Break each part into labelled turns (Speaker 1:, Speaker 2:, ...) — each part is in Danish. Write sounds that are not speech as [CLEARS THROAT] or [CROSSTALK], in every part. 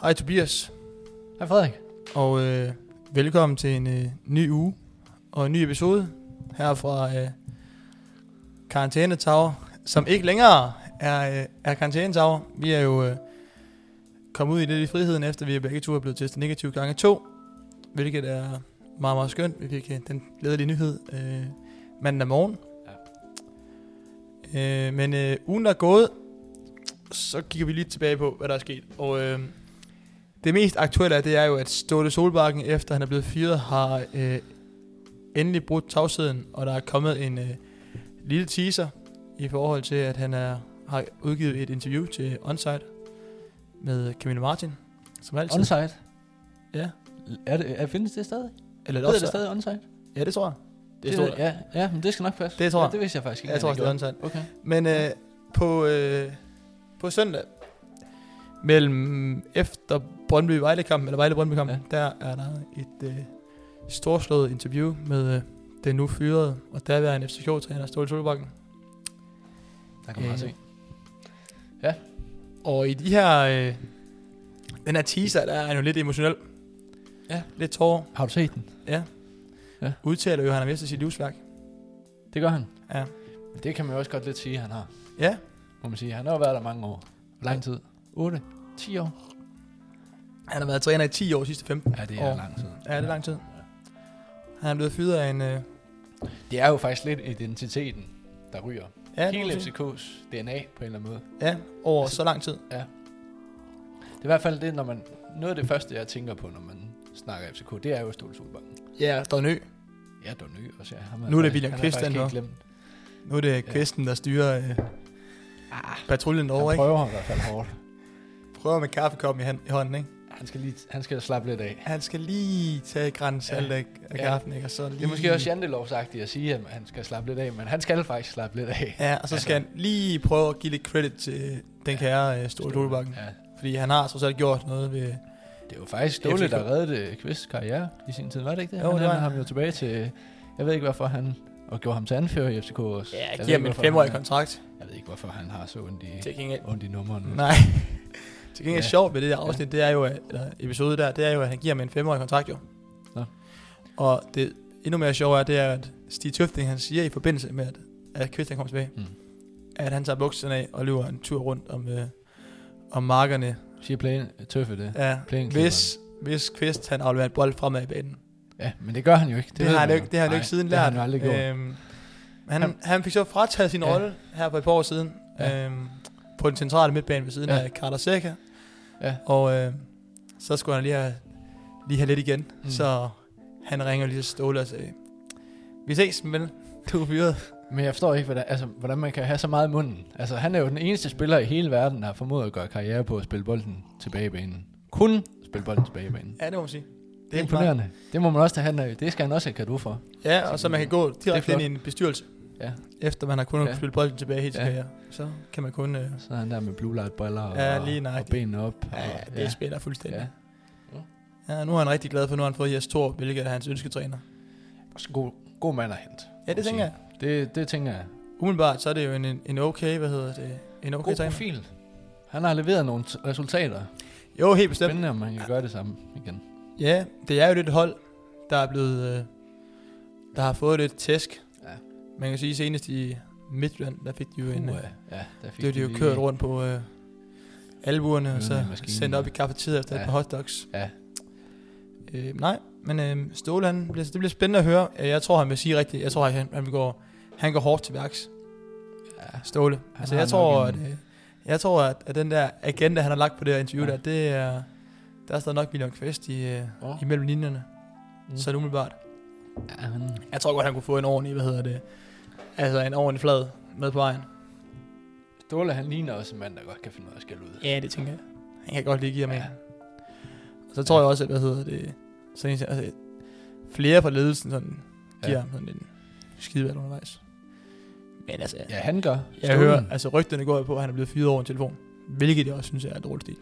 Speaker 1: Hej Tobias,
Speaker 2: Hej Frederik.
Speaker 1: og øh, velkommen til en øh, ny uge og en ny episode her fra øh, Karantæne Tower, som ikke længere er, øh, er Karantæne Tower. Vi er jo øh, kommet ud i lidt i friheden, efter vi begge to er blevet testet negativ gange to, hvilket er meget, meget skønt. Vi fik øh, den glædelige nyhed øh, mandag morgen. Ja. Øh, men øh, ugen der er gået, så kigger vi lige tilbage på, hvad der er sket. Og... Øh, det mest aktuelle er, det er jo, at Ståle Solbakken, efter han er blevet fyret, har øh, endelig brudt tavsheden, og der er kommet en øh, lille teaser i forhold til, at han er, har udgivet et interview til Onsite med Camille Martin, som altid.
Speaker 2: Onsite.
Speaker 1: Ja.
Speaker 2: Er det, er, findes det stadig?
Speaker 1: Eller et
Speaker 2: Hedder det
Speaker 1: offside.
Speaker 2: stadig onsite?
Speaker 1: Ja, det tror jeg. Det, det
Speaker 2: det, ja, ja, men det skal nok passe.
Speaker 1: Det tror
Speaker 2: ja,
Speaker 1: jeg.
Speaker 2: Det vidste jeg faktisk ikke.
Speaker 1: Jeg tror,
Speaker 2: at
Speaker 1: også, det er onsite.
Speaker 2: gjorde. Okay.
Speaker 1: Men øh, på, øh, på søndag, mellem efter brøndby vejle kampen eller vejle brøndby kampen ja. der er der et øh, storslået interview med øh, den nu fyrede, og der er en FCK-træner, Ståle Solbakken.
Speaker 2: Der kan man
Speaker 1: Øh,
Speaker 2: også se.
Speaker 1: Og i de her, øh, den her teaser, der er han jo lidt emotionel.
Speaker 2: Ja.
Speaker 1: Lidt tårer.
Speaker 2: Har du set den?
Speaker 1: Udtaler jo, at han har mistet sit livsværk.
Speaker 2: Det gør han.
Speaker 1: Ja.
Speaker 2: Men Det kan man jo også godt lidt sige, at han har.
Speaker 1: Ja,
Speaker 2: Må man sige. Han har jo været der mange år. Hvor Lang tid. 8? 10 år?
Speaker 1: han har været træner i 10 år sidste 15.
Speaker 2: Ja, det
Speaker 1: år.
Speaker 2: er lang tid.
Speaker 1: Ja, det er lang tid. Han er blevet fyret af en... Øh,
Speaker 2: Det er jo faktisk lidt identiteten, der ryger.
Speaker 1: ja,
Speaker 2: Hele
Speaker 1: nogen-
Speaker 2: FCK's DNA på en eller anden måde.
Speaker 1: ja, over
Speaker 2: Altså-
Speaker 1: så lang tid.
Speaker 2: Det er i hvert fald det, når man... Noget af det første, jeg tænker på, når man snakker FCK, det er jo Ståle Solbakken.
Speaker 1: Ja, der er en ø.
Speaker 2: Ja, Donø også. Ja. Ham er
Speaker 1: Nu er det
Speaker 2: faktisk-
Speaker 1: William
Speaker 2: han
Speaker 1: Kvist,
Speaker 2: faktisk
Speaker 1: han
Speaker 2: ikke glemt.
Speaker 1: Nu er det kvisten, der styrer øh,
Speaker 2: Ah,
Speaker 1: patruljen derovre,
Speaker 2: han
Speaker 1: ikke?
Speaker 2: prøver i hvert fald hårdt.
Speaker 1: Prøver med kaffekoppen i, hand, i hånden, ikke?
Speaker 2: Han skal, lige, han skal slappe lidt af.
Speaker 1: Han skal lige tage græns
Speaker 2: Ja.
Speaker 1: alt af, af
Speaker 2: Ja.
Speaker 1: kaffen, ikke? Og så lige...
Speaker 2: Det er måske også jantelovsagtigt at sige, at han skal slappe lidt af, men han skal faktisk slappe lidt af.
Speaker 1: Ja, og så skal han lige prøve at give lidt credit til øh, den kære øh, Ståle Dolbakken.
Speaker 2: Ja,
Speaker 1: Fordi han har trods alt gjort noget ved...
Speaker 2: det er jo faktisk
Speaker 1: FCK.
Speaker 2: Ståle, der reddede Kvists karriere i sin tid, var det ikke det?
Speaker 1: Jo,
Speaker 2: Jo, han
Speaker 1: det var
Speaker 2: det ham
Speaker 1: han.
Speaker 2: jo tilbage til, jeg ved ikke hvorfor han, og gjorde ham til anfører i FCK også. Jeg
Speaker 1: giver
Speaker 2: ved ikke,
Speaker 1: ham en
Speaker 2: hvorfor
Speaker 1: femårig
Speaker 2: han-
Speaker 1: kontrakt.
Speaker 2: Jeg ved ikke, hvorfor han har så ondt i,
Speaker 1: Til gengæld...
Speaker 2: ondt i
Speaker 1: [LAUGHS]
Speaker 2: numrene.
Speaker 1: Nej. Til gengæld
Speaker 2: Ja.
Speaker 1: sjovt ved det der afsnit, det er jo, at- eller episode der, det er jo, at han giver ham en femårig kontrakt, jo.
Speaker 2: Nå.
Speaker 1: Og det endnu mere sjove er, det er, at Stig Tøfting, han siger i forbindelse med, at, at Christian kommer tilbage,
Speaker 2: Mm.
Speaker 1: at han tager bukserne af og løber en tur rundt om, øh, om markerne.
Speaker 2: Siger plain, tøffe det.
Speaker 1: Ja,
Speaker 2: Plain
Speaker 1: hvis, hvis Kvist han afleverer en bold fremad i banen.
Speaker 2: Ja, men det gør han jo ikke.
Speaker 1: Det, det, har, han jo, ikke- det har han jo
Speaker 2: Nej,
Speaker 1: ikke siden
Speaker 2: det har
Speaker 1: lært.
Speaker 2: han jo aldrig gjort.
Speaker 1: Øhm, han, han fik så frataget sin
Speaker 2: Ja.
Speaker 1: rolle her for et par år siden,
Speaker 2: Ja.
Speaker 1: øhm, på den centrale midtbane ved siden
Speaker 2: Ja.
Speaker 1: af Carter Seca.
Speaker 2: Ja.
Speaker 1: Og øh, så skulle han lige have, lige have lidt igen.
Speaker 2: Mm.
Speaker 1: Mm. Så han ringer lige til Ståle og siger, vi ses, men du er fyret.
Speaker 2: Men jeg forstår ikke, hvordan, altså, hvordan man kan have så meget i munden. Altså, han er jo den eneste spiller i hele verden, der har formået at gøre karriere på at spille bolden tilbage i banen. Kun spille bolden tilbage i banen.
Speaker 1: Ja, det må man sige.
Speaker 2: Det er imponerende. Det må man også tage han af. Det skal han også have kado for.
Speaker 1: Ja, og så man kan gå direkte ind
Speaker 2: flot.
Speaker 1: i en bestyrelse.
Speaker 2: Ja.
Speaker 1: Efter man har kun
Speaker 2: Ja.
Speaker 1: ja. spillet bolden tilbage helt
Speaker 2: Ja.
Speaker 1: tilbage, så kan man kun... Øh,
Speaker 2: Så er han der med blue light briller og,
Speaker 1: Ja, lige
Speaker 2: og
Speaker 1: nøjagtigt.
Speaker 2: benene op. Og,
Speaker 1: ja, det ja. spiller fuldstændig.
Speaker 2: ja.
Speaker 1: Ja. ja, nu er han rigtig glad for, nu har han fået Jes Thor, hvilket er hans ønsketræner.
Speaker 2: Så god, god mand at hente.
Speaker 1: Ja, det tænker jeg.
Speaker 2: Det, det tænker jeg.
Speaker 1: Umiddelbart, så er det jo en, en en okay, hvad hedder det, en okay
Speaker 2: God
Speaker 1: træner.
Speaker 2: profil. Han har leveret nogle t- resultater.
Speaker 1: Jo, helt bestemt.
Speaker 2: Spændende, om man kan gøre det samme igen.
Speaker 1: Ja, det er jo lidt et hold, der er blevet, øh, der har fået lidt tæsk.
Speaker 2: Ja.
Speaker 1: Man kan sige, senest i Midtjylland, der fik de jo en, øh,
Speaker 2: Puh, ja, der fik
Speaker 1: blev de jo kørt rundt på øh, albuerne, og
Speaker 2: Uden
Speaker 1: så
Speaker 2: af maskinen,
Speaker 1: sendt op
Speaker 2: ja.
Speaker 1: i kaffetiet efter ja.
Speaker 2: Ja.
Speaker 1: et par hotdogs.
Speaker 2: Ja.
Speaker 1: Øh, nej, men øh, Ståle, han, bliver- det bliver spændende at høre. Øh, Jeg tror, han vil sige rigtigt. Jeg tror, han, han vil gå, han går hårdt til værks,
Speaker 2: Ja,
Speaker 1: Ståle. altså,
Speaker 2: har
Speaker 1: jeg
Speaker 2: nok
Speaker 1: tror,
Speaker 2: en-
Speaker 1: at, øh, jeg tror, at, at den der agenda, han har lagt på det her interview,
Speaker 2: Ja.
Speaker 1: ja. der, det er, der er stadig nok William Kvist i, øh,
Speaker 2: Åh.
Speaker 1: imellem linjerne.
Speaker 2: Mm.
Speaker 1: Mm. Så er det umiddelbart.
Speaker 2: ja, han,
Speaker 1: Jeg tror godt, han kunne få en ordentlig, hvad hedder det, altså en ordentlig flad med på vejen.
Speaker 2: Ståle, han ligner også en mand, der godt kan finde noget at skælde ud.
Speaker 1: Ja, det tænker jeg. Han kan godt lige give ham ja.
Speaker 2: Ja.
Speaker 1: Og så tror jeg også, at, hvad hedder det, sådan, en- altså, flere fra ledelsen sådan, giver
Speaker 2: Ja.
Speaker 1: ham sådan en skideværd undervejs. Men altså,
Speaker 2: ja, han gør.
Speaker 1: jeg hører, altså rygterne går jo på, at han er blevet fyret over en telefon. Hvilket jeg også synes er dårligt stil.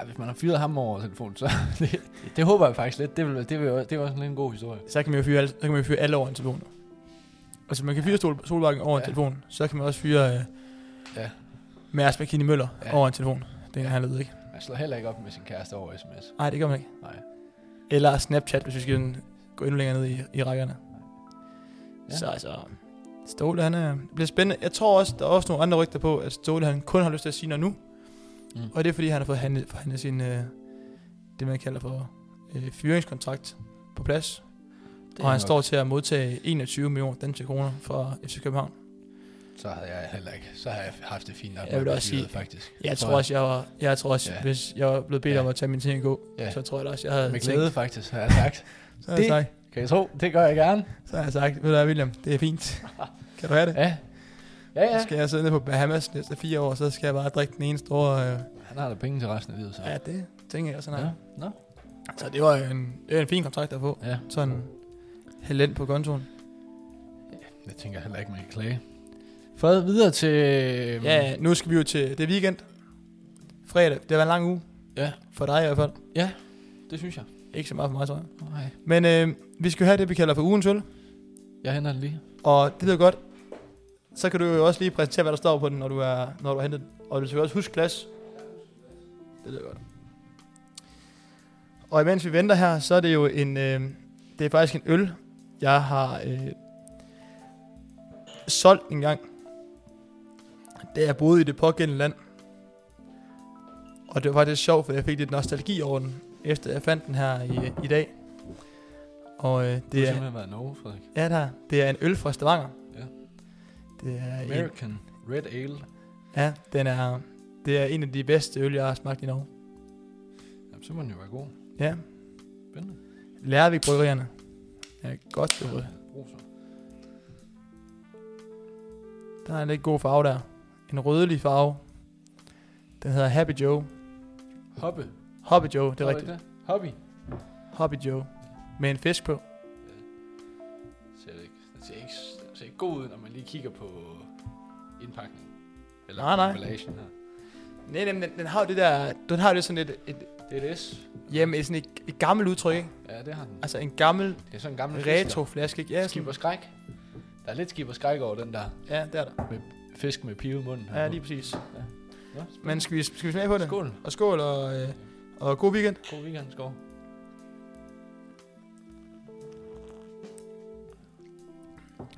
Speaker 2: Ja, hvis man har fyret ham over telefonen, så [LAUGHS] det, det håber jeg faktisk lidt. Det, vil, det, vil, jo- det var sådan lidt en god historie.
Speaker 1: Så kan man jo fyre alle, så kan man jo fyre alle over en telefon. Altså man kan fyre Sol, Solbakken over ja. en
Speaker 2: Ja.
Speaker 1: telefon, så kan man også fyre øh,
Speaker 2: Ja.
Speaker 1: Mads McKinney Møller
Speaker 2: Ja.
Speaker 1: over en telefon. Det er han led, ikke?
Speaker 2: Men slår heller ikke op med sin kæreste over sms.
Speaker 1: Nej, det gør man ikke.
Speaker 2: Nej.
Speaker 1: Eller Snapchat, hvis vi skal sådan gå endnu længere ned i, i rækkerne.
Speaker 2: Ja.
Speaker 1: Ja. Så altså, Ståle han er, det bliver spændende. Jeg tror også, der er også nogle andre rygter på, at Ståle han kun har lyst til at sige noget nu.
Speaker 2: Mm.
Speaker 1: Mm. Og det er fordi, han har fået handlet, forhandlet sin, øh, det man kalder for øh, fyringskontrakt på plads.
Speaker 2: Det
Speaker 1: Og han står til at modtage 21 millioner danske kroner fra FC København.
Speaker 2: Så havde jeg heller ikke. Så har jeg haft det fint nok.
Speaker 1: Jeg vil
Speaker 2: med
Speaker 1: også sige-
Speaker 2: fyret, faktisk.
Speaker 1: Jeg tror også, jeg var, jeg tror også,
Speaker 2: Ja.
Speaker 1: ja. hvis jeg var blevet bedt
Speaker 2: Ja.
Speaker 1: om at tage mine ting og gå,
Speaker 2: Ja.
Speaker 1: ja. så tror jeg da også, jeg havde
Speaker 2: Med
Speaker 1: tænkt-
Speaker 2: glæde, faktisk, har jeg sagt.
Speaker 1: Så har jeg
Speaker 2: Det-
Speaker 1: sagt,
Speaker 2: Kan I tro? Det gør jeg gerne.
Speaker 1: så har jeg sagt, ved du hvad, William, det er
Speaker 2: [LAUGHS]
Speaker 1: fint. kan du have det?
Speaker 2: Ja. Ja,
Speaker 1: Ja.
Speaker 2: ja.
Speaker 1: Så skal jeg sidde nede på Bahamas næste fire år, så skal jeg bare drikke den ene store... Øh,
Speaker 2: Han har da penge til resten af livet, så.
Speaker 1: ja, det tænker jeg sådan her.
Speaker 2: Ja.
Speaker 1: Ja.
Speaker 2: Nå.
Speaker 1: Så det var jo en, det var en fin kontrakt at få.
Speaker 2: Ja.
Speaker 1: Sådan hælde ind på kontoren.
Speaker 2: Jeg tænker heller ikke, man kan klage. Fred, videre til... Øhm.
Speaker 1: Ja, nu skal vi jo til det er weekend. Fredag. Det var en lang uge.
Speaker 2: Ja.
Speaker 1: For dig i hvert fald.
Speaker 2: Det synes jeg.
Speaker 1: Ikke så meget for mig, tror jeg.
Speaker 2: Nej.
Speaker 1: Men øh, vi skal jo have det, vi kalder for ugens øl.
Speaker 2: Jeg henter den lige.
Speaker 1: Og det lyder godt. Så kan du jo også lige præsentere, hvad der står på den, når du, er, når du har hentet den. Og du skal også huske glas. Det lyder godt. Og imens vi venter her, så er det jo en... Øh, det er faktisk en øl, jeg har øh, solgt en gang. Da jeg boede i det pågældende land. Og det var faktisk sjovt, for jeg fik lidt nostalgi over den, efter jeg fandt den her i, i dag. Og øh,
Speaker 2: Det
Speaker 1: det
Speaker 2: har
Speaker 1: er...
Speaker 2: simpelthen været Norge, Frederik.
Speaker 1: Ja, der. Det er en øl fra Stavanger.
Speaker 2: Ja.
Speaker 1: Det er en,
Speaker 2: American Red Ale.
Speaker 1: ja, den er, det er en af de bedste øl, jeg har smagt i Norge.
Speaker 2: Jamen, så må den jo være god.
Speaker 1: Ja.
Speaker 2: Spændende.
Speaker 1: Lærvik Bryggerierne. Ja, godt derude.
Speaker 2: Roser.
Speaker 1: Der er en lidt god farve der. En rødlig farve. Den hedder Happy Joe.
Speaker 2: Hoppe.
Speaker 1: Hobby Joe, det
Speaker 2: Tror
Speaker 1: er
Speaker 2: du
Speaker 1: rigtigt.
Speaker 2: ikke det? Hobby.
Speaker 1: Hobby Joe. Med en fisk på.
Speaker 2: Ser det ikke. Den ser ikke, den ser ikke god ud, når man lige kigger på indpakningen. Eller
Speaker 1: Nej, nej.
Speaker 2: emballagen her.
Speaker 1: Nej, nej, men den, den har jo det der... Den har jo lidt sådan et, et,
Speaker 2: Det er et S.
Speaker 1: jamen, sådan et, et gammelt udtryk, ikke?
Speaker 2: Ja, det har den.
Speaker 1: Altså en gammel
Speaker 2: Det er sådan en gammel fiskler.
Speaker 1: retroflaske, ikke? Ja,
Speaker 2: Skib
Speaker 1: sådan,
Speaker 2: og skræk. Der er lidt skib og skræk over den der
Speaker 1: ja, det er der.
Speaker 2: fisk med pivet i munden.
Speaker 1: Ja, lige præcis.
Speaker 2: Nå,
Speaker 1: Men skal vi, skal vi smage på det?
Speaker 2: Skål.
Speaker 1: Og skål, og, øh, og god weekend.
Speaker 2: God weekend, skov.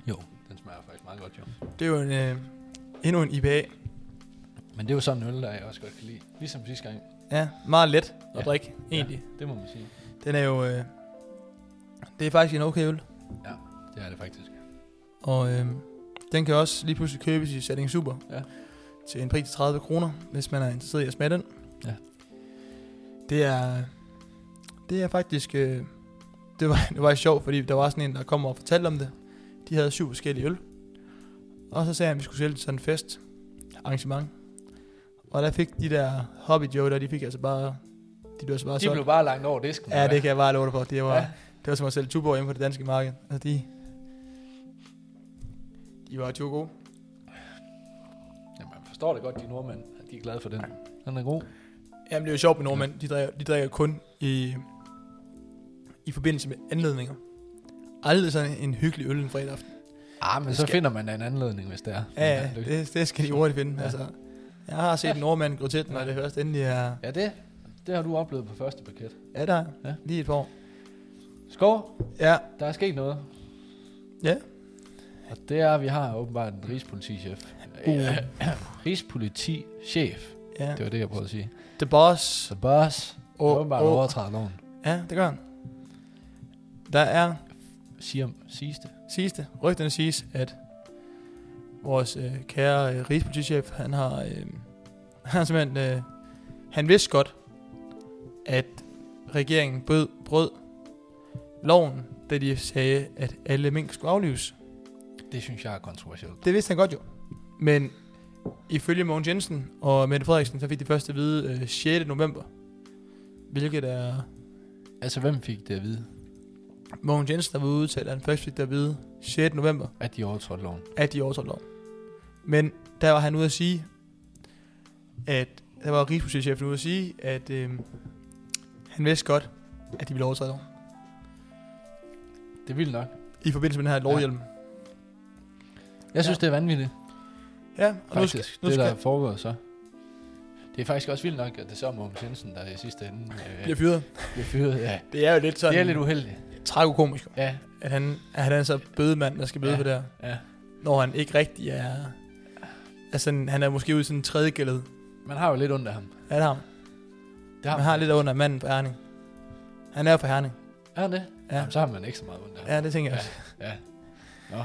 Speaker 2: Jo, den smager faktisk meget godt, jo.
Speaker 1: Det er jo en, øh, endnu en IPA.
Speaker 2: Men det er jo sådan en øl, der jeg også godt kan lide. Ligesom sidste gang.
Speaker 1: Ja, meget let at
Speaker 2: Ja.
Speaker 1: ja. drikke, egentlig.
Speaker 2: Ja, det må man sige.
Speaker 1: Ja. Den er jo... Øh, det er faktisk en okay øl.
Speaker 2: Det er det faktisk.
Speaker 1: Og øh, den kan også lige pludselig købes i Setting Super.
Speaker 2: Ja.
Speaker 1: Til en pris til 30 kroner, hvis man er interesseret i at smage den.
Speaker 2: Ja.
Speaker 1: Det er... Det er faktisk... Øh, det, var, det var sjovt, fordi der var sådan en, der kom og fortalte om det. De havde syv forskellige øl. Og så sagde han, at vi skulle sælge til sådan en fest arrangement. Og der fik de der hobby Joe der, de fik altså bare... De blev altså bare
Speaker 2: De
Speaker 1: solgt.
Speaker 2: blev bare langt over disken.
Speaker 1: Ja, det kan jeg bare love dig for. Det var,
Speaker 2: Ja.
Speaker 1: ja. det var som at sælge Tuborg hjemme på det danske marked. Altså, de, de var jo gode.
Speaker 2: Ja, man forstår det godt, de nordmænd, at de er glade for den. Den er god.
Speaker 1: Jamen, det er jo sjovt med nordmænd. De drikker, de drikker kun i, i forbindelse med anledninger. Aldrig sådan en hyggelig øl en fredag aften.
Speaker 2: Ah, men
Speaker 1: Det
Speaker 2: så
Speaker 1: skal-
Speaker 2: finder man da en anledning, hvis det er.
Speaker 1: Ja,
Speaker 2: Men,
Speaker 1: ja
Speaker 2: det-
Speaker 1: det, det skal de hurtigt finde.
Speaker 2: Ja.
Speaker 1: Ja. Altså, jeg har set en nordmand gå til den, og det høres endelig er...
Speaker 2: Ja, det, det har du oplevet på første paket.
Speaker 1: Ja, der er
Speaker 2: Ja.
Speaker 1: ja. lige et par år.
Speaker 2: Skov,
Speaker 1: Ja,
Speaker 2: der er sket noget.
Speaker 1: Ja.
Speaker 2: Og det er, at vi har åbenbart en rigspolitichef. Uh. [CLEARS THROAT] Rigspolitichef.
Speaker 1: ja.
Speaker 2: Det var det, jeg prøvede at sige.
Speaker 1: The Boss.
Speaker 2: Så boss, oh, åbenbart oh.
Speaker 1: åh.
Speaker 2: overtræder loven.
Speaker 1: Ja, det gør han. Der er
Speaker 2: Siger, siges det?
Speaker 1: siges det, rygterne siges, at vores øh, kære øh, rigspolitichef, han har, øh, [LAUGHS] han har simpelthen, øh, han vidste godt, at regeringen bød, brød loven, da de sagde, at alle mink skulle aflives.
Speaker 2: Det synes jeg er kontroversielt.
Speaker 1: Det vidste han godt jo. Men ifølge Mogens Jensen og Mette Frederiksen, så fik de først at vide øh, 6. november. Hvilket er
Speaker 2: Altså, hvem fik det at vide,
Speaker 1: Mogens Jensen, der var udtalt, at han først fik det at vide 6. november.
Speaker 2: at de overtrådte loven?
Speaker 1: at de overtrådte loven. Men der var han ude at sige, at der var rigspolitichefen ude at sige, at øh, han vidste godt, at de ville overtræde loven.
Speaker 2: Det er vildt nok.
Speaker 1: I forbindelse med den her lovhjelm.
Speaker 2: Jeg synes,
Speaker 1: Ja.
Speaker 2: ja. det er vanvittigt,
Speaker 1: Ja, og nu skal,
Speaker 2: faktisk,
Speaker 1: nu
Speaker 2: det
Speaker 1: skal,
Speaker 2: der foregår så. Det er faktisk også vildt nok, at det er så Mogens Jensen, der i sidste ende
Speaker 1: [LAUGHS]
Speaker 2: øh,
Speaker 1: Bliver fyret.
Speaker 2: bliver fyret. Ja.
Speaker 1: Det er jo lidt sådan...
Speaker 2: Det er lidt uheldigt.
Speaker 1: tragikomisk,
Speaker 2: Ja,
Speaker 1: at han, at han er så bødemand, der skal bøde
Speaker 2: Ja.
Speaker 1: ja. for det her.
Speaker 2: ja.
Speaker 1: Når han ikke rigtig er... Altså, han er måske ude i sådan en tredje gældet.
Speaker 2: Man har jo lidt ondt af ham.
Speaker 1: Ja, det har han.
Speaker 2: Det har
Speaker 1: Man har lidt under manden på Herning. Han er jo fra Herning.
Speaker 2: Er han det? Ja.
Speaker 1: Ja.
Speaker 2: Jamen, så har man ikke så meget ondt af ham.
Speaker 1: Ja, det tænker jeg også.
Speaker 2: Ja. Nå.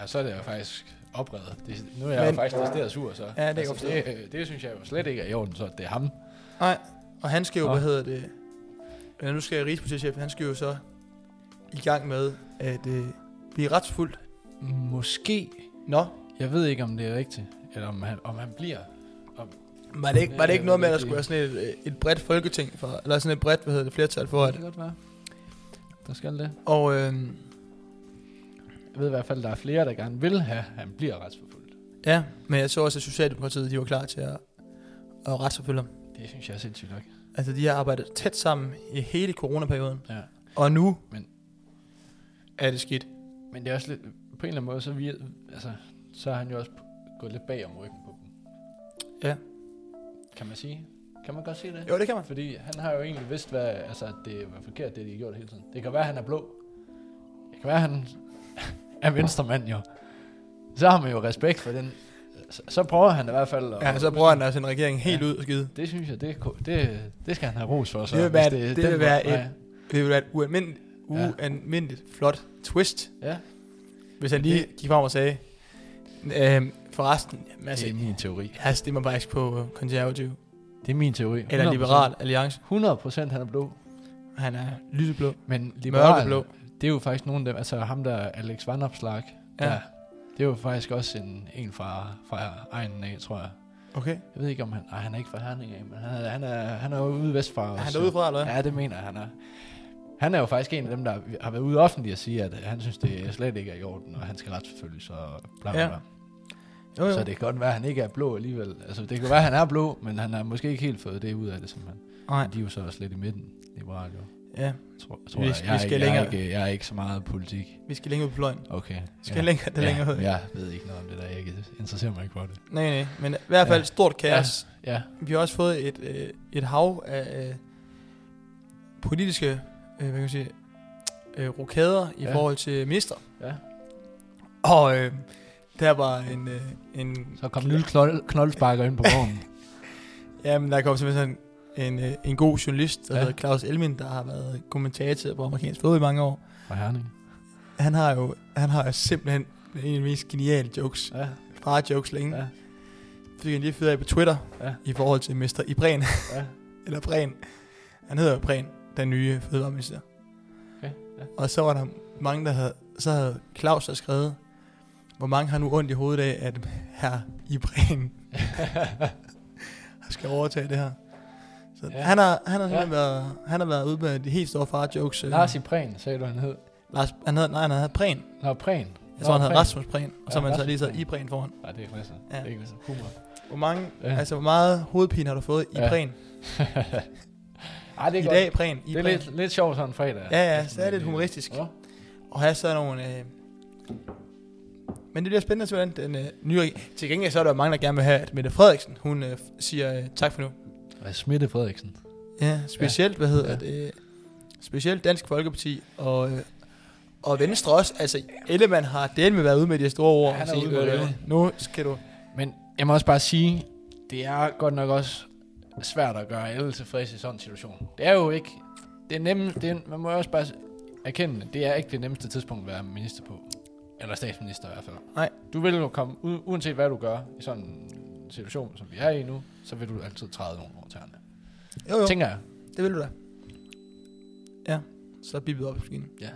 Speaker 2: Ja, så er det jo faktisk oprevet. Det, nu er jeg Men,
Speaker 1: Men-
Speaker 2: jo faktisk decideret sur, så.
Speaker 1: kan jeg forstå.
Speaker 2: det, øh, det, synes jeg jo slet ikke er i orden, så det er ham.
Speaker 1: Nej, og han skal jo,
Speaker 2: Nå.
Speaker 1: hvad hedder det... Eller nu skal jeg rigspolitichef, han skal jo så i gang med at øh, blive retsfuldt.
Speaker 2: Måske.
Speaker 1: Nå,
Speaker 2: Jeg ved ikke, om det er rigtigt, eller om han, om han bliver.
Speaker 1: var det ikke, var det ikke
Speaker 2: Ja,
Speaker 1: noget med, at
Speaker 2: det-
Speaker 1: der skulle være sådan et, øh, et bredt folketing, for, eller sådan et bredt, hvad hedder det, flertal for
Speaker 2: Det
Speaker 1: det?
Speaker 2: kan godt være. Der skal det.
Speaker 1: Og øh,
Speaker 2: Jeg ved i hvert fald, at der er flere, der gerne vil have, at han bliver retsforfulgt.
Speaker 1: ja, men jeg så også, at Socialdemokratiet, de var klar til at, at retsforfølge ham.
Speaker 2: Det synes jeg er sindssygt nok.
Speaker 1: Altså, de har arbejdet tæt sammen i hele coronaperioden.
Speaker 2: Ja.
Speaker 1: Og nu
Speaker 2: Men-
Speaker 1: er det skidt.
Speaker 2: Men det er også lidt, på en eller anden måde, så, vi, altså, så er han jo også gået lidt bag om ryggen på dem.
Speaker 1: Ja.
Speaker 2: Kan man sige? Kan man godt sige det?
Speaker 1: Jo, det kan man.
Speaker 2: Fordi han har jo egentlig vidst, hvad, altså, at det var forkert, det de har gjort hele tiden. Det kan være, at han er blå. Det kan være, at han [LAUGHS] er venstremand jo. Så har man jo respekt for den. Så, så prøver han i hvert fald. At,
Speaker 1: Ja, så bruger han altså en regering helt ud og skide.
Speaker 2: Det synes jeg, det, er ko- det, det skal han have ros for. Så,
Speaker 1: Det vil
Speaker 2: hvis
Speaker 1: være-
Speaker 2: er
Speaker 1: det
Speaker 2: den
Speaker 1: vil
Speaker 2: måde-
Speaker 1: være
Speaker 2: nej.
Speaker 1: Det ville være et ualmindeligt,
Speaker 2: Ja.
Speaker 1: ualmindeligt flot twist,
Speaker 2: Ja,
Speaker 1: hvis han lige gik frem og sagde, øhm, forresten, jamen, altså,
Speaker 2: det er
Speaker 1: det...
Speaker 2: min teori.
Speaker 1: jeg stemmer faktisk på øh, konservativ,
Speaker 2: Det er min teori. 100%.
Speaker 1: eller liberal alliance.
Speaker 2: 100% han er blå.
Speaker 1: Han er lyseblå,
Speaker 2: Men liberal,
Speaker 1: mørkeblå.
Speaker 2: det er jo faktisk nogen af dem, altså ham der Alex Van Opslark, ja.
Speaker 1: Ja.
Speaker 2: der, det er jo faktisk også en, en fra, fra egen af, tror jeg.
Speaker 1: Okay.
Speaker 2: Jeg ved ikke om han, nej, han er ikke fra Herning af, men han er, han er, han er jo ude vestfra.
Speaker 1: Er
Speaker 2: også,
Speaker 1: han
Speaker 2: jo.
Speaker 1: derude fra, eller hvad?
Speaker 2: Ja, det mener jeg, han er. Han er jo faktisk en af dem, der har været ude offentligt at sige, at øh, han synes, det slet ikke er i orden, og han skal retsforfølges og bla bla
Speaker 1: Ja.
Speaker 2: bla.
Speaker 1: Jo, jo.
Speaker 2: Så det kan godt være, at han ikke er blå alligevel. Altså, det kan være, at han er blå, men han har måske ikke helt fået det ud af det, som han.
Speaker 1: Nej,
Speaker 2: De er jo så også lidt i midten, liberale jo.
Speaker 1: ja.
Speaker 2: Tror, tror
Speaker 1: Vi-
Speaker 2: jeg.
Speaker 1: vi
Speaker 2: Jeg, er
Speaker 1: skal
Speaker 2: ikke, jeg, er
Speaker 1: længere.
Speaker 2: ikke, jeg er ikke så meget politik.
Speaker 1: Vi skal længere ud på fløjen.
Speaker 2: Okay.
Speaker 1: Vi skal længere, det
Speaker 2: ja,
Speaker 1: længere ud.
Speaker 2: Jeg ved ikke noget om det der. Jeg ikke- interesserer mig ikke for det.
Speaker 1: Nej, nej, men i hvert fald
Speaker 2: Ja.
Speaker 1: stort kaos.
Speaker 2: Ja,
Speaker 1: Vi har også fået et, øh, et hav af øh, politiske øh, hvad kan man sige, øh, rokader i
Speaker 2: Ja.
Speaker 1: ja. forhold til minister.
Speaker 2: ja.
Speaker 1: Og øh, der var en... Øh, en
Speaker 2: Så kom nye knold,
Speaker 1: [LAUGHS]
Speaker 2: knoldsparker ind på vognen.
Speaker 1: jamen, der kom simpelthen sådan en, øh, en god journalist, der
Speaker 2: Ja.
Speaker 1: ja. hedder Claus Elmin, der har været kommentator på amerikansk fodbold i mange år.
Speaker 2: Fra Herning.
Speaker 1: Han har jo han har jo simpelthen en af de mest geniale jokes,
Speaker 2: Ja,
Speaker 1: bare jokes længe.
Speaker 2: ja,
Speaker 1: Ja. Fik han lige fyret af på Twitter
Speaker 2: Ja.
Speaker 1: ja. i forhold til Mr. Ibren.
Speaker 2: ja.
Speaker 1: [LAUGHS] eller Bren. Han hedder jo Bren, den nye fødevareminister.
Speaker 2: Okay, ja.
Speaker 1: Og så var der mange, der havde, så havde Claus der skrevet, hvor mange har nu ondt i hovedet af, at her i Bren skal overtage det her. Så
Speaker 2: Ja.
Speaker 1: ja. han, har, han, har
Speaker 2: Ja.
Speaker 1: ja. været, han har været ude med de helt store far-jokes. øh.
Speaker 2: [LAUGHS] Lars i Præn, sagde du, han hed.
Speaker 1: Lars han havde, nej, han havde Bren.
Speaker 2: Nå, Præn.
Speaker 1: Jeg tror, han havde
Speaker 2: Prehn.
Speaker 1: Rasmus Bren, og så
Speaker 2: Ja,
Speaker 1: ja, man så
Speaker 2: Rasmus
Speaker 1: lige så
Speaker 2: Prehn.
Speaker 1: i Bren foran.
Speaker 2: Nej, det er ikke masser. Ja.
Speaker 1: Ja.
Speaker 2: Det er ikke masser. Humor.
Speaker 1: Hvor, mange,
Speaker 2: Ja.
Speaker 1: ja. altså, hvor meget hovedpine har du fået i
Speaker 2: Ja.
Speaker 1: ja. Bren?
Speaker 2: [LAUGHS] Ej, det er
Speaker 1: I
Speaker 2: godt.
Speaker 1: dag, Bren. I
Speaker 2: det er
Speaker 1: Prehn.
Speaker 2: lidt, lidt sjovt sådan en fredag.
Speaker 1: Ja, ja,
Speaker 2: Sådan
Speaker 1: så er det lidt humoristisk.
Speaker 2: Ja.
Speaker 1: Og have sådan nogle... Øh... Men det bliver spændende, til, hvordan den øh, nye... reg- Til gengæld så er der mange, der gerne vil have, at Mette Frederiksen, hun øh, f- siger øh, tak for nu.
Speaker 2: Hvad Smitte Frederiksen?
Speaker 1: Ja, specielt, ja. hvad hedder
Speaker 2: Ja.
Speaker 1: ja. det? Øh, specielt Dansk Folkeparti og, øh, og Venstre også. Altså, Ellemann har delt med været ude med de store ord.
Speaker 2: Ja, han
Speaker 1: og
Speaker 2: er
Speaker 1: sige, Øh,
Speaker 2: ude med det.
Speaker 1: Nu skal du...
Speaker 2: Men jeg må også bare sige, det er godt nok også svært at gøre alle tilfredse i sådan en situation. Det er jo ikke... Det er nemme, det er, man må jo også bare erkende, det er ikke det nemmeste tidspunkt at være minister på. Eller statsminister i hvert fald.
Speaker 1: Nej.
Speaker 2: Du vil jo komme, u- uanset hvad du gør i sådan en situation, som vi er i nu, så vil du altid træde nogen over tæerne.
Speaker 1: Jo, jo, Tænk.
Speaker 2: Tænker jeg.
Speaker 1: det vil du da. Ja, så er bippet op i maskinen.
Speaker 2: Ja.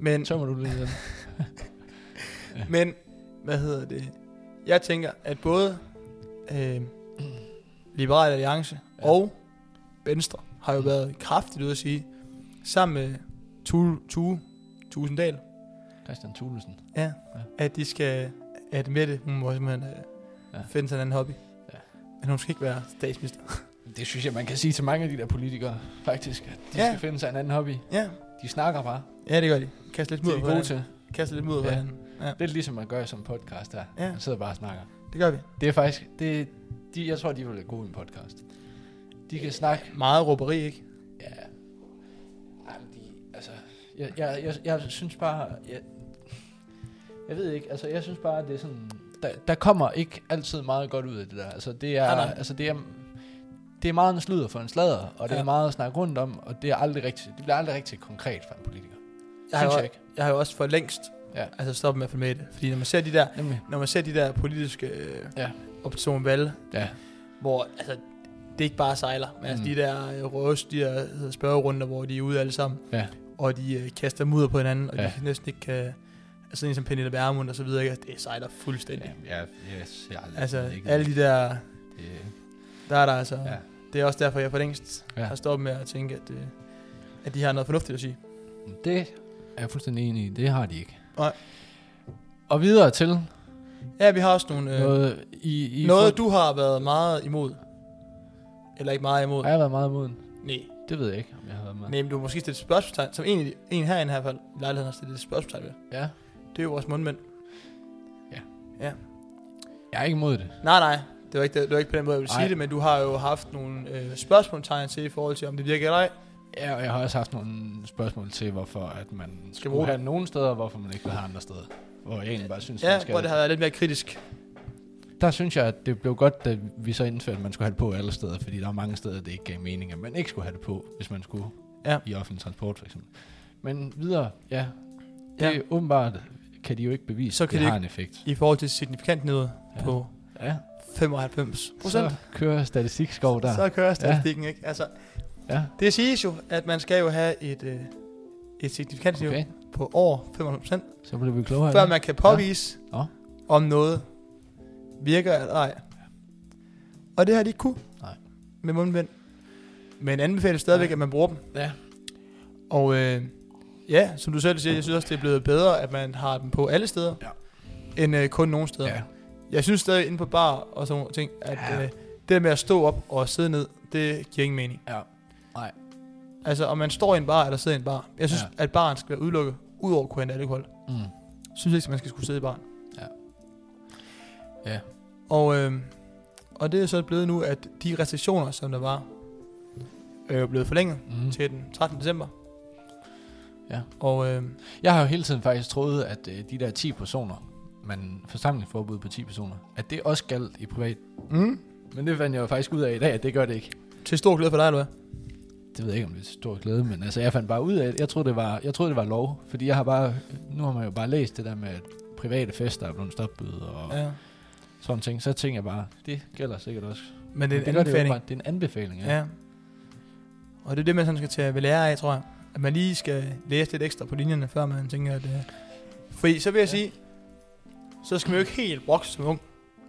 Speaker 1: Men
Speaker 2: Tømmer du lidt den?
Speaker 1: Men, hvad hedder det? Jeg tænker, at både øh, Liberal Alliance
Speaker 2: Ja. Mm.
Speaker 1: ja. og Venstre har jo været kraftigt ude at sige, sammen med Tue, Tue Tusinddal,
Speaker 2: [LAUGHS] Christian Thulesen.
Speaker 1: ja, ja. at de skal, at Mette, hun må simpelthen øh,
Speaker 2: Ja.
Speaker 1: ja. finde sig en anden hobby.
Speaker 2: Ja.
Speaker 1: Ja. Men hun skal ikke være statsminister.
Speaker 2: Det synes jeg, man kan sige til mange af de der politikere, faktisk. At de ja.
Speaker 1: Ja.
Speaker 2: skal finde sig en anden hobby.
Speaker 1: Ja,
Speaker 2: De snakker bare.
Speaker 1: ja det gør de. Kast lidt
Speaker 2: Det er
Speaker 1: mudder
Speaker 2: de
Speaker 1: på
Speaker 2: gode
Speaker 1: hinanden.
Speaker 2: til.
Speaker 1: Kast lidt mudder på
Speaker 2: Ja.
Speaker 1: hinanden. Ja,
Speaker 2: Lidt ligesom man gør som podcast der. Ja.
Speaker 1: Ja.
Speaker 2: Man sidder bare og snakker.
Speaker 1: det gør vi.
Speaker 2: Det er faktisk, det, de, jeg tror, de vil være gode i en podcast. De
Speaker 1: Øh.
Speaker 2: kan snakke...
Speaker 1: Meget råberi, ikke?
Speaker 2: Ja. Jamen, de, altså, jeg, jeg, jeg, jeg synes bare... Jeg, jeg ved ikke, altså jeg synes bare, at det er sådan... Der, der kommer ikke altid meget godt ud af det der. Altså det er...
Speaker 1: Nej, nej.
Speaker 2: Altså, det er det er meget en sludder for en sladder, og det
Speaker 1: Ja.
Speaker 2: er meget at snakke rundt om, og det er aldrig rigtigt, det bliver aldrig rigtig konkret for en politiker.
Speaker 1: Jeg
Speaker 2: Jeg
Speaker 1: har,
Speaker 2: synes
Speaker 1: jo,
Speaker 2: jeg ikke.
Speaker 1: jeg har jo også for længst
Speaker 2: Ja.
Speaker 1: altså stoppet med at følge med i det. Fordi når man ser de der,
Speaker 2: Nemlig.
Speaker 1: når man ser de der politiske øh,
Speaker 2: Ja.
Speaker 1: op til sådan valg,
Speaker 2: Ja.
Speaker 1: hvor altså, det ikke bare sejler, men mm. altså
Speaker 2: Mm.
Speaker 1: de der øh, røvs, de der hedder spørgerunder, hvor de er ude alle sammen,
Speaker 2: Ja.
Speaker 1: og de øh, kaster mudder på hinanden, og ja.
Speaker 2: Ja.
Speaker 1: de næsten ikke kan... Altså en som Pernille Vermund og så videre, ikke? Altså, det sejler fuldstændig.
Speaker 2: Ja, ja, yes, jeg
Speaker 1: Ja, altså alle de der,
Speaker 2: Det,
Speaker 1: der er der altså... Ja.
Speaker 2: Ja.
Speaker 1: Det er også derfor, jeg for længst ja.
Speaker 2: Ja.
Speaker 1: har stoppet med at tænke, at, øh, at de har noget fornuftigt at sige.
Speaker 2: det er jeg fuldstændig enig i. Det har de ikke.
Speaker 1: Nej.
Speaker 2: Og videre til
Speaker 1: Ja, vi har også nogle...
Speaker 2: øh, noget, I, I
Speaker 1: Noget, du har været meget imod. Eller ikke meget imod.
Speaker 2: Har jeg været meget moden?
Speaker 1: Nej.
Speaker 2: Det ved jeg ikke, om jeg har været meget.
Speaker 1: Nej, men du har måske stillet et spørgsmålstegn, som en, af de- en herinde i hvert fald, i lejligheden har stillet et spørgsmålstegn ved.
Speaker 2: Ja.
Speaker 1: Det er jo vores mundmænd.
Speaker 2: Jeg er ikke imod det.
Speaker 1: Nej, nej. Det var ikke, det var ikke på den måde, jeg ville
Speaker 2: Nej.
Speaker 1: sige det, men du har jo haft nogle øh, spørgsmålstegn til i forhold til, om det virker eller ej.
Speaker 2: Ja, og jeg har også haft nogle spørgsmål til, hvorfor at man skal
Speaker 1: bruge
Speaker 2: bruge have nogle steder, og hvorfor man ikke vil have andre steder. Hvor jeg egentlig bare synes, man
Speaker 1: Ja,
Speaker 2: skal
Speaker 1: hvor det har været lidt mere kritisk.
Speaker 2: Der synes jeg, at det blev godt, da vi så indførte, at man skulle have det på alle steder, fordi der var mange steder, det ikke gav mening, at man ikke skulle have det på, hvis man skulle
Speaker 1: Ja.
Speaker 2: i offentlig transport, for eksempel. Men videre, ja, det
Speaker 1: Ja.
Speaker 2: ja. åbenbart kan de jo ikke bevise,
Speaker 1: Så
Speaker 2: så
Speaker 1: kan
Speaker 2: kan
Speaker 1: de
Speaker 2: det har
Speaker 1: ikke-
Speaker 2: en effekt.
Speaker 1: I forhold til signifikant ned ja.
Speaker 2: Ja.
Speaker 1: på
Speaker 2: Ja,
Speaker 1: 95 procent.
Speaker 2: så kører statistikskov der.
Speaker 1: Så kører statistikken, ja. ikke? Altså,
Speaker 2: Ja,
Speaker 1: det siges jo, at man skal jo have et, øh, et signifikant okay.
Speaker 2: okay,
Speaker 1: på over 500 procent.
Speaker 2: så bliver vi klogere.
Speaker 1: før
Speaker 2: der.
Speaker 1: man kan påvise, ja.
Speaker 2: Nå.
Speaker 1: om noget virker eller ej. Og det har de ikke kunne
Speaker 2: Nej.
Speaker 1: med mundbind. Men anbefaler stadigvæk,
Speaker 2: Nej.
Speaker 1: at man bruger dem.
Speaker 2: Ja.
Speaker 1: Og øh, ja, som du selv siger, jeg synes også, det er blevet bedre, at man har dem på alle steder,
Speaker 2: Ja.
Speaker 1: end øh, kun nogle steder.
Speaker 2: Ja,
Speaker 1: Jeg synes stadig inde på bar og sådan nogle ting, at ja.
Speaker 2: Ja.
Speaker 1: øh, det der med at stå op og sidde ned, det giver ingen mening.
Speaker 2: Ja. Nej.
Speaker 1: Altså, om man står i en bar eller sidder i en bar. Jeg synes, ja.
Speaker 2: Ja.
Speaker 1: at baren skal være udelukket, udover at kunne hente alkohol.
Speaker 2: mm.
Speaker 1: synes ikke, man skal skulle sidde i barn.
Speaker 2: Ja. Ja.
Speaker 1: Og, øh, og det er så blevet nu, at de restriktioner, som der var, øh, er blevet forlænget
Speaker 2: Mm.
Speaker 1: til den 13. december.
Speaker 2: Ja.
Speaker 1: Og øh,
Speaker 2: Jeg har jo hele tiden faktisk troet, at øh, de der 10 personer, man forsamlingsforbud på 10 personer, at det også galt i privat.
Speaker 1: mm,
Speaker 2: Men det fandt jeg jo faktisk ud af i dag, at det gør det ikke.
Speaker 1: til stor glæde for dig, eller hvad?
Speaker 2: Det ved jeg ikke, om det er til stor glæde, men altså, jeg fandt bare ud af det. Jeg troede, det var, jeg troede, det var lov, fordi jeg har bare, nu har man jo bare læst det der med, at private fester er blevet stopbøde og ja.
Speaker 1: Ja.
Speaker 2: sådan ting. Så tænker jeg bare, det gælder sikkert også.
Speaker 1: Men det er
Speaker 2: Men
Speaker 1: en
Speaker 2: gør det, jo
Speaker 1: anbefaling.
Speaker 2: åbenbart. det er en anbefaling, ja.
Speaker 1: ja. Og det er det, man sådan skal tage ved lære af, tror jeg. At man lige skal læse lidt ekstra på linjerne, før man tænker, at... Øh, fordi så vil jeg ja.
Speaker 2: Ja.
Speaker 1: sige, så skal man jo ikke helt brokse som ung.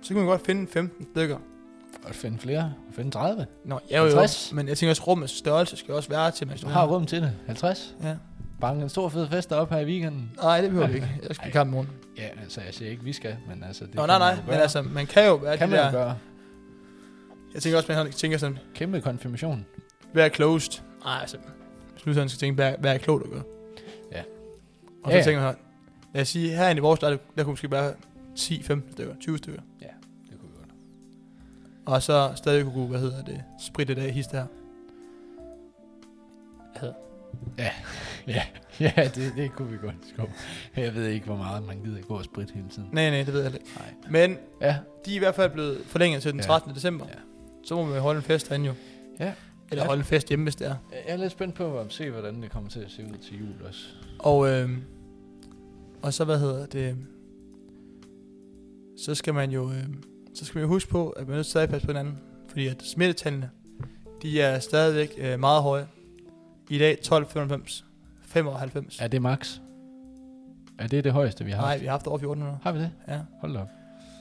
Speaker 1: Så kan man godt finde 15 stykker,
Speaker 2: Og finde flere, finde 30.
Speaker 1: Nå, jeg jo,
Speaker 2: 50.
Speaker 1: jo, men jeg tænker også, rummets størrelse skal også være til, man
Speaker 2: Hvis du har rum til det, 50.
Speaker 1: Ja.
Speaker 2: Bange en stor fed fest op her i weekenden.
Speaker 1: Nej, det behøver vi ikke. Jeg skal i
Speaker 2: Ej.
Speaker 1: kamp i morgen.
Speaker 2: Ja, altså, jeg siger ikke, vi skal, men altså, det
Speaker 1: Nå,
Speaker 2: kan
Speaker 1: nej,
Speaker 2: man
Speaker 1: nej,
Speaker 2: jo
Speaker 1: men
Speaker 2: gøre.
Speaker 1: altså, man kan jo være
Speaker 2: kan
Speaker 1: kan de
Speaker 2: man jo
Speaker 1: der,
Speaker 2: gøre.
Speaker 1: jeg tænker også, man tænker sådan,
Speaker 2: Kæmpe konfirmation.
Speaker 1: være closed. Nej, altså, hvis nu sådan skal tænke, hvad, hvad er klogt at gøre?
Speaker 2: Ja.
Speaker 1: Og så
Speaker 2: Ja, ja.
Speaker 1: tænker jeg, lad os sige, herinde i vores lejlighed, der kunne måske være 10, 15 stykker, 20 stykker.
Speaker 2: Det kunne vi godt.
Speaker 1: Og så stadig kunne, hvad hedder det, spritte det af hist her. Hvad?
Speaker 2: Ja, det, det kunne vi godt. Skov. Jeg ved ikke, hvor meget man gider gå og sprit hele tiden.
Speaker 1: Nej, nej, det ved jeg heller ikke.
Speaker 2: Nej.
Speaker 1: Men
Speaker 2: Ja,
Speaker 1: de er i hvert fald blevet forlænget til den
Speaker 2: Ja.
Speaker 1: 13. december.
Speaker 2: Ja.
Speaker 1: Så må man jo holde en fest herinde jo.
Speaker 2: Ja.
Speaker 1: Eller
Speaker 2: Ja.
Speaker 1: holde en fest hjemme, hvis det er.
Speaker 2: jeg er lidt spændt på at se, hvordan det kommer til at se ud til jul også.
Speaker 1: Og, øh, og så, hvad hedder det, så skal man jo, øh, så skal man jo huske på, at man er nødt til stadig at passe på hinanden. Fordi at smittetallene, de er stadigvæk øh, meget høje. I dag 12, 95, 95.
Speaker 2: Er det max? Er det det højeste, vi har
Speaker 1: Nej,
Speaker 2: haft?
Speaker 1: vi har haft over 1400.
Speaker 2: Har vi det?
Speaker 1: Ja.
Speaker 2: Hold da op.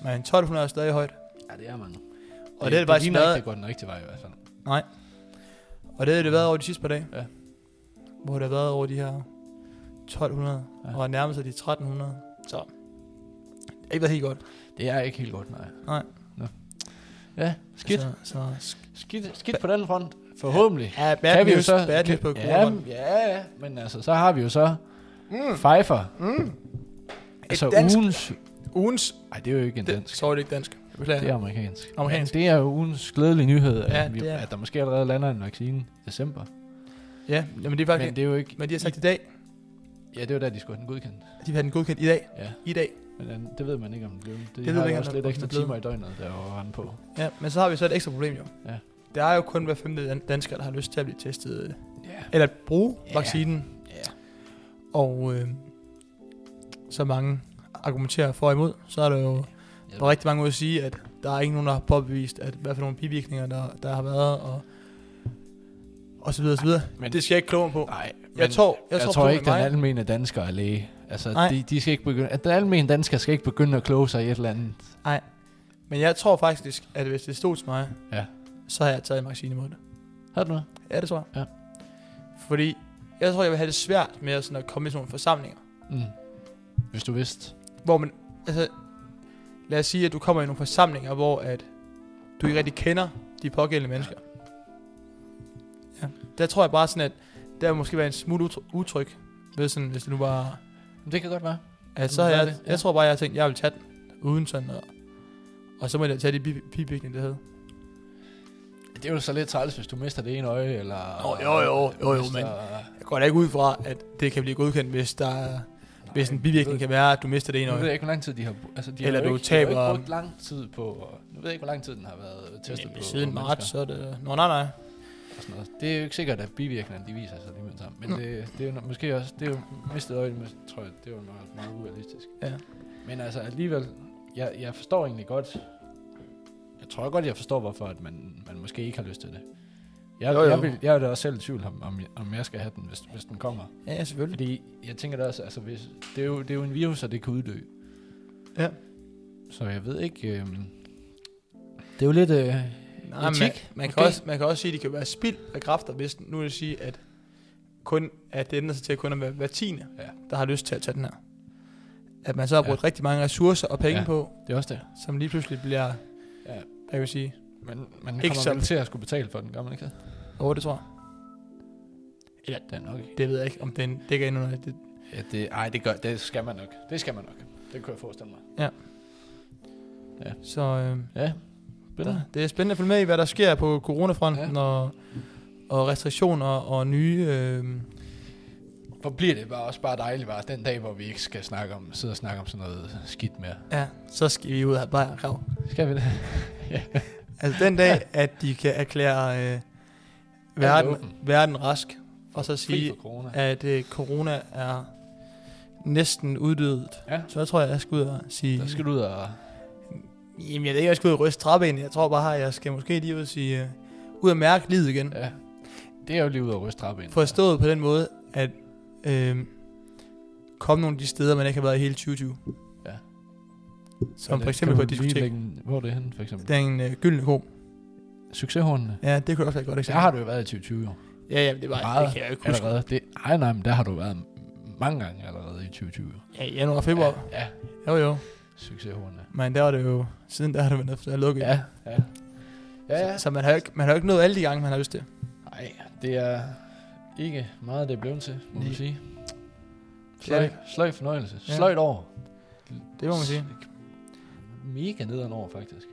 Speaker 1: Men 1200 er stadig højt.
Speaker 2: Ja, det er man.
Speaker 1: Og det, det, det, bare
Speaker 2: ligner ikke,
Speaker 1: været,
Speaker 2: det går den rigtige vej i hvert fald.
Speaker 1: og det har det været over de sidste par dage.
Speaker 2: Ja.
Speaker 1: Hvor det har været over de her 1200, ja.
Speaker 2: Ja.
Speaker 1: og nærmest sig de 1300. Så det har ikke været helt godt.
Speaker 2: Det er ikke helt godt, nej.
Speaker 1: Nej.
Speaker 2: Nå. Ja, skidt.
Speaker 1: Så, Altså, så
Speaker 2: skidt. Skidt på den front. Forhåbentlig.
Speaker 1: Ja, bad kan
Speaker 2: vi
Speaker 1: news, så, bad news på
Speaker 2: kan,
Speaker 1: ja,
Speaker 2: ja, ja, ja, men altså, så har vi jo så mm. Pfeiffer. Mm. Altså
Speaker 1: dansk-
Speaker 2: ugens...
Speaker 1: Ugens...
Speaker 2: Nej, det er jo ikke en
Speaker 1: Det,
Speaker 2: dansk.
Speaker 1: så er det ikke dansk. Beklager.
Speaker 2: Det er amerikansk.
Speaker 1: Amerikansk.
Speaker 2: Men det er jo ugens glædelige nyhed, at,
Speaker 1: Ja,
Speaker 2: ja, vi,
Speaker 1: det er det.
Speaker 2: at der måske allerede lander en vaccine i december.
Speaker 1: Ja, jamen det er faktisk...
Speaker 2: Men det er jo ikke...
Speaker 1: Men de har sagt i dag,
Speaker 2: Ja, det var da, de skulle have den godkendt.
Speaker 1: at de vil have den godkendt i dag.
Speaker 2: Ja,
Speaker 1: I dag.
Speaker 2: men den- det ved man ikke, om det blev. Det, det
Speaker 1: ved
Speaker 2: har
Speaker 1: vi
Speaker 2: jo
Speaker 1: ikke,
Speaker 2: også
Speaker 1: om
Speaker 2: lidt
Speaker 1: den- om
Speaker 2: ekstra
Speaker 1: den blev.
Speaker 2: timer i døgnet, der var han på.
Speaker 1: Ja, men så har vi så et ekstra problem jo.
Speaker 2: Ja.
Speaker 1: Der er jo kun hver femte dan- dansker, der har lyst til at blive testet. øh,
Speaker 2: Ja.
Speaker 1: Eller at bruge
Speaker 2: Ja.
Speaker 1: vaccinen.
Speaker 2: ja.
Speaker 1: Og øh, så mange argumenterer for og imod. Så er der jo der er rigtig mange ude at sige, at der er ikke nogen, der har påbevist, at hvad for nogle bivirkninger, der, der har været. Og, og så videre, så videre.
Speaker 2: men-
Speaker 1: Men, det skal jeg ikke kloge mig på.
Speaker 2: Nej,
Speaker 1: Jeg tror, jeg,
Speaker 2: jeg, jeg
Speaker 1: tror,
Speaker 2: tror
Speaker 1: problemet
Speaker 2: ikke, den
Speaker 1: er mig.
Speaker 2: almene dansker er læge. Altså,
Speaker 1: Nej.
Speaker 2: de, de skal ikke begynde, at den almene dansker skal ikke begynde at kloge sig i et eller andet.
Speaker 1: Men jeg tror faktisk, at hvis det stod til mig,
Speaker 2: Ja.
Speaker 1: så har jeg taget en vaccine imod det.
Speaker 2: Har du noget?
Speaker 1: Ja, det tror jeg.
Speaker 2: Ja.
Speaker 1: Fordi jeg tror, jeg vil have det svært med at, sådan at komme i sådan nogle forsamlinger,
Speaker 2: Mm. Hvis du vidste.
Speaker 1: hvor man, altså, lad os sige, at du kommer i nogle forsamlinger, hvor at du ikke rigtig kender de pågældende mennesker. Ja. Der tror jeg bare sådan, at der vil måske være en smule utry- utryg ved sådan, hvis det nu var...
Speaker 2: Men det kan godt være.
Speaker 1: At så
Speaker 2: Jamen,
Speaker 1: har
Speaker 2: hvad er
Speaker 1: jeg,
Speaker 2: det? Ja.
Speaker 1: jeg tror bare, jeg har tænkt, at jeg vil tage den, uden sådan og, og så må jeg tage de bi- bivirkninger, det hed.
Speaker 2: Det er jo så lidt træls, hvis du mister det ene øje, eller...
Speaker 1: Nå, jo, jo, jo, jo,
Speaker 2: mister-
Speaker 1: men- Jeg går da ikke ud fra, at det kan blive godkendt, hvis der er Hvis en bivirkning kan være, at du mister det ene
Speaker 2: Nu ved
Speaker 1: øje.
Speaker 2: jeg ikke, hvor lang tid de har... br- Altså, de
Speaker 1: Eller
Speaker 2: har jo
Speaker 1: du
Speaker 2: ikke, de har jo
Speaker 1: taber-
Speaker 2: ikke brugt lang tid på... og Nu ved jeg ikke, hvor lang tid den har været testet
Speaker 1: Jamen,
Speaker 2: på.
Speaker 1: øh, Siden
Speaker 2: mennesker
Speaker 1: marts, så er det... Nå, nej, nej.
Speaker 2: og sådan noget. Det er jo ikke sikkert, at bivirkningerne de viser sig lige med det samme. Men
Speaker 1: Mm.
Speaker 2: det, det er jo no- måske også... Det er jo mistet øje, men tror jeg, det er jo meget, meget urealistisk.
Speaker 1: Ja.
Speaker 2: Men altså alligevel... Jeg, jeg forstår egentlig godt... Jeg tror godt, jeg forstår, hvorfor at man, man måske ikke har lyst til det. Jeg,
Speaker 1: Jo, jo.
Speaker 2: jeg, vil, jeg er da også selv i tvivl om, om, jeg, om jeg skal have den, hvis, hvis den kommer.
Speaker 1: Ja, ja, selvfølgelig.
Speaker 2: Fordi jeg tænker da også, altså hvis, det, er jo, det er jo en virus, og det kan uddø.
Speaker 1: Ja.
Speaker 2: Så jeg ved ikke... Øh, det er jo lidt... Øh,
Speaker 1: Nej, man,
Speaker 2: Etik,
Speaker 1: man, kan
Speaker 2: måske?
Speaker 1: også, man kan også sige, at det kan være spild af kræfter, hvis nu vil jeg sige, at, kun, at det ændrer sig til at kun at være hver tiende,
Speaker 2: Ja.
Speaker 1: der har lyst til at tage den her. At man så har
Speaker 2: Ja.
Speaker 1: brugt rigtig mange ressourcer og penge
Speaker 2: Ja.
Speaker 1: på,
Speaker 2: det er også det.
Speaker 1: som lige pludselig bliver,
Speaker 2: Ja.
Speaker 1: hvad kan jeg sige,
Speaker 2: Men man
Speaker 1: Ikke
Speaker 2: kommer
Speaker 1: som-
Speaker 2: vel til at skulle betale for den, gør man ikke det?
Speaker 1: over det tror jeg.
Speaker 2: Eller det er nok ikke.
Speaker 1: Det ved jeg ikke, om den dækker ind under det.
Speaker 2: Ja, det, ej, det, gør, det skal man nok. Det skal man nok. Det kunne jeg forestille mig.
Speaker 1: Så øh,
Speaker 2: Ja,
Speaker 1: der,
Speaker 2: spændende.
Speaker 1: det er spændende at følge med i, hvad der sker på coronafronten ja. og, og restriktioner og nye... Øh,
Speaker 2: Hvor bliver det bare også bare dejligt bare den dag, hvor vi ikke skal snakke om, sidde og snakke om sådan noget skidt mere.
Speaker 1: ja, så skal vi ud og have bare og krav.
Speaker 2: Skal vi det?
Speaker 1: Altså den dag, at de kan erklære øh, verden,
Speaker 2: åben.
Speaker 1: verden rask, og så
Speaker 2: Fri
Speaker 1: sige,
Speaker 2: for corona.
Speaker 1: at øh, corona er næsten uddødet.
Speaker 2: Ja.
Speaker 1: Så jeg tror, jeg skal ud og sige...
Speaker 2: Der skal du ud og...
Speaker 1: Jamen, jeg ved ikke, jeg skal ud og ryste trappen. Jeg tror bare, jeg skal måske lige ud og sige... Øh, ud og mærke livet igen.
Speaker 2: Ja. Det er jo lige ud og ryste trappe ind.
Speaker 1: Forstået på den måde, at øh, komme nogle af de steder, man ikke har været i hele 2020.
Speaker 2: Ja.
Speaker 1: Som
Speaker 2: Kan
Speaker 1: for
Speaker 2: du-
Speaker 1: eksempel på
Speaker 2: kan du
Speaker 1: et
Speaker 2: lige
Speaker 1: diskotek.
Speaker 2: lægge en- Hvor er det henne, for eksempel?
Speaker 1: Den øh, gyldne ko.
Speaker 2: Succeshornene.
Speaker 1: Ja, det kunne også være et godt
Speaker 2: Der
Speaker 1: eksempel.
Speaker 2: har du jo været i 2020 år.
Speaker 1: Ja, ja, det var
Speaker 2: Meget
Speaker 1: det kan jeg jo ikke huske.
Speaker 2: Allerede. Det, ej, nej, men der har du været mange gange allerede i 2020. år.
Speaker 1: Ja, i januar og februar.
Speaker 2: Ja, ja.
Speaker 1: Ja. Jo, jo.
Speaker 2: succeshornene.
Speaker 1: Men der var det jo, siden der har det været noget, der er lukket.
Speaker 2: Ja, ja. Ja, ja.
Speaker 1: Så, så man, har jo ikke, man har jo ikke nået alle de gange, man har lyst til.
Speaker 2: Nej, det er ikke meget, det er blevet til, må man
Speaker 1: Nej.
Speaker 2: sige.
Speaker 1: er
Speaker 2: Sløj,
Speaker 1: det.
Speaker 2: sløj fornøjelse.
Speaker 1: Ja.
Speaker 2: Sløjt over.
Speaker 1: Det må man sige.
Speaker 2: Mega nederen over, faktisk.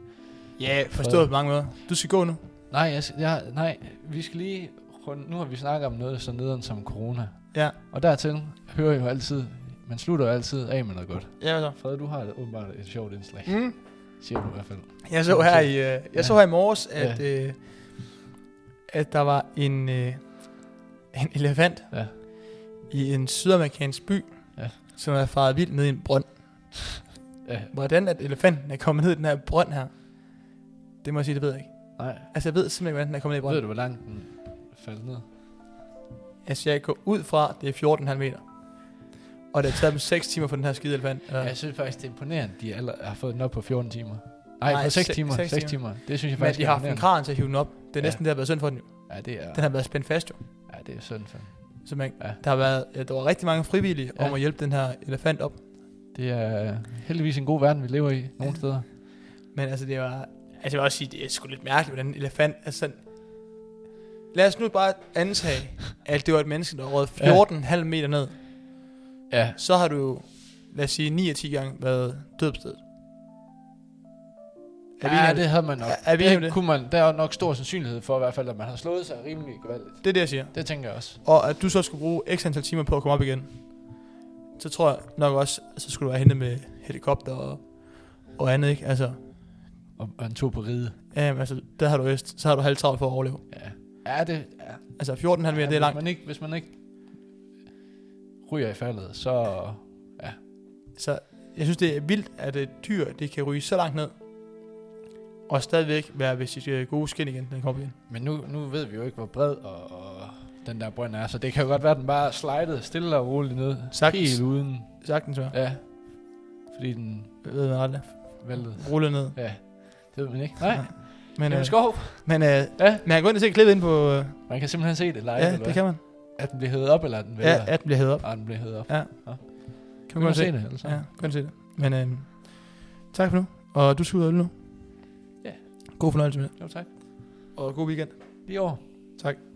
Speaker 1: Ja, forstået på mange måder. Du skal gå nu.
Speaker 2: Nej, jeg, jeg, nej, vi skal lige... runde- Nu har vi snakket om noget så nederen som corona.
Speaker 1: Ja.
Speaker 2: Og dertil hører jo altid... Man slutter jo altid af med noget godt.
Speaker 1: Ja, så.
Speaker 2: Fred, du har åbenbart et sjovt indslag.
Speaker 1: Mm.
Speaker 2: Siger du i hvert fald.
Speaker 1: Jeg så her i, øh, jeg så
Speaker 2: Ja.
Speaker 1: her i morges, at, øh, at der var en, øh, en elefant
Speaker 2: Ja.
Speaker 1: i en sydamerikansk by,
Speaker 2: Ja.
Speaker 1: som er faret vildt ned i en brønd.
Speaker 2: Ja,
Speaker 1: Hvordan at elefanten er kommet ned i den her brønd her, det må jeg sige, det ved jeg ikke.
Speaker 2: nej.
Speaker 1: Altså, jeg ved simpelthen ikke, hvordan den er kommet ned i
Speaker 2: Ved
Speaker 1: brønden.
Speaker 2: du, hvor langt den faldt ned?
Speaker 1: Altså, jeg går ud fra, det er 14,5 meter. Og det har taget dem 6 timer for den her skide elefant. Ja.
Speaker 2: Ja. Jeg synes faktisk, det er imponerende, de alle har fået den op på 14 timer. Nej,
Speaker 1: Nej,
Speaker 2: på 6
Speaker 1: se-
Speaker 2: timer.
Speaker 1: seks
Speaker 2: 6 timer. Det synes
Speaker 1: Men
Speaker 2: jeg faktisk
Speaker 1: de har haft en kran til at hive den op. Det er
Speaker 2: Ja.
Speaker 1: næsten det, der har været synd for den jo.
Speaker 2: Ja, det er,
Speaker 1: Den har været spændt fast jo.
Speaker 2: ja, det er synd for dem.
Speaker 1: Så man,
Speaker 2: Ja.
Speaker 1: ja. der, har været, ja, der var rigtig mange frivillige
Speaker 2: Ja.
Speaker 1: ja. om at hjælpe den her elefant op.
Speaker 2: Det er heldigvis en god verden, vi lever i nogle steder.
Speaker 1: Men altså, det var... Altså, jeg vil også sige, det er sgu lidt mærkeligt, hvordan en elefant... Altså sådan, lad os nu bare
Speaker 2: [LAUGHS]
Speaker 1: antage, at det var et menneske, der råd
Speaker 2: Ja.
Speaker 1: 14,5 meter ned.
Speaker 2: Ja,
Speaker 1: Så har du, lad os sige, 9 af 10 gange været dødstedet. Er vi
Speaker 2: ja,
Speaker 1: enige om
Speaker 2: det havde man nok.
Speaker 1: Er- er vi enige om
Speaker 2: det,
Speaker 1: det?
Speaker 2: kunne man, der er nok stor sandsynlighed for i hvert fald, at man har slået sig rimelig gevaldigt.
Speaker 1: Det er det, jeg siger.
Speaker 2: Det tænker jeg også.
Speaker 1: Og at du så skulle bruge x antal timer på at komme op igen. Så tror jeg nok også, at så skulle du være henne med helikopter og, og andet, ikke? Altså,
Speaker 2: Og, og en tur på ride.
Speaker 1: jamen, altså der har du vist, så har du halvt travlt for at overleve.
Speaker 2: Ja. Ja, det, ja.
Speaker 1: Altså 14,5 meter,
Speaker 2: ja,
Speaker 1: det er
Speaker 2: hvis
Speaker 1: langt.
Speaker 2: Man ikke, hvis man ikke ryger i faldet, så...
Speaker 1: Så jeg synes, det er vildt, at et dyr, det kan ryge så langt ned, og stadigvæk være ved sit øh, gode skin igen, når den kommer igen.
Speaker 2: Men nu, nu ved vi jo ikke, hvor bred og, og den der brønd er, så det kan jo godt være, at den bare slidede stille og roligt ned.
Speaker 1: Sagtens.
Speaker 2: Helt uden...
Speaker 1: Sagtens, ja.
Speaker 2: Ja. Fordi den
Speaker 1: Jeg ved man aldrig.
Speaker 2: væltede.
Speaker 1: Rulle ned.
Speaker 2: Ja. Det ved man ikke. Nej.
Speaker 1: Nej.
Speaker 2: Men,
Speaker 1: Men, øh,
Speaker 2: Jamen, skov.
Speaker 1: men, øh,
Speaker 2: Ja.
Speaker 1: men jeg kan gå ind og se klippet ind på... Øh,
Speaker 2: Man kan simpelthen se det live,
Speaker 1: ja,
Speaker 2: eller hvad?
Speaker 1: det kan man.
Speaker 2: At den bliver hævet op, eller at den
Speaker 1: Ja,
Speaker 2: vælter.
Speaker 1: at den bliver hævet op.
Speaker 2: Ah, den bliver hævet op.
Speaker 1: Kan
Speaker 2: Kan
Speaker 1: man
Speaker 2: man
Speaker 1: godt se.
Speaker 2: se det, altså?
Speaker 1: Ja, kan se det. Men øh, tak for nu. Og du skal ud og øl nu.
Speaker 2: Ja.
Speaker 1: God fornøjelse med det.
Speaker 2: Jo, tak.
Speaker 1: Og god weekend.
Speaker 2: Lige over.
Speaker 1: Tak.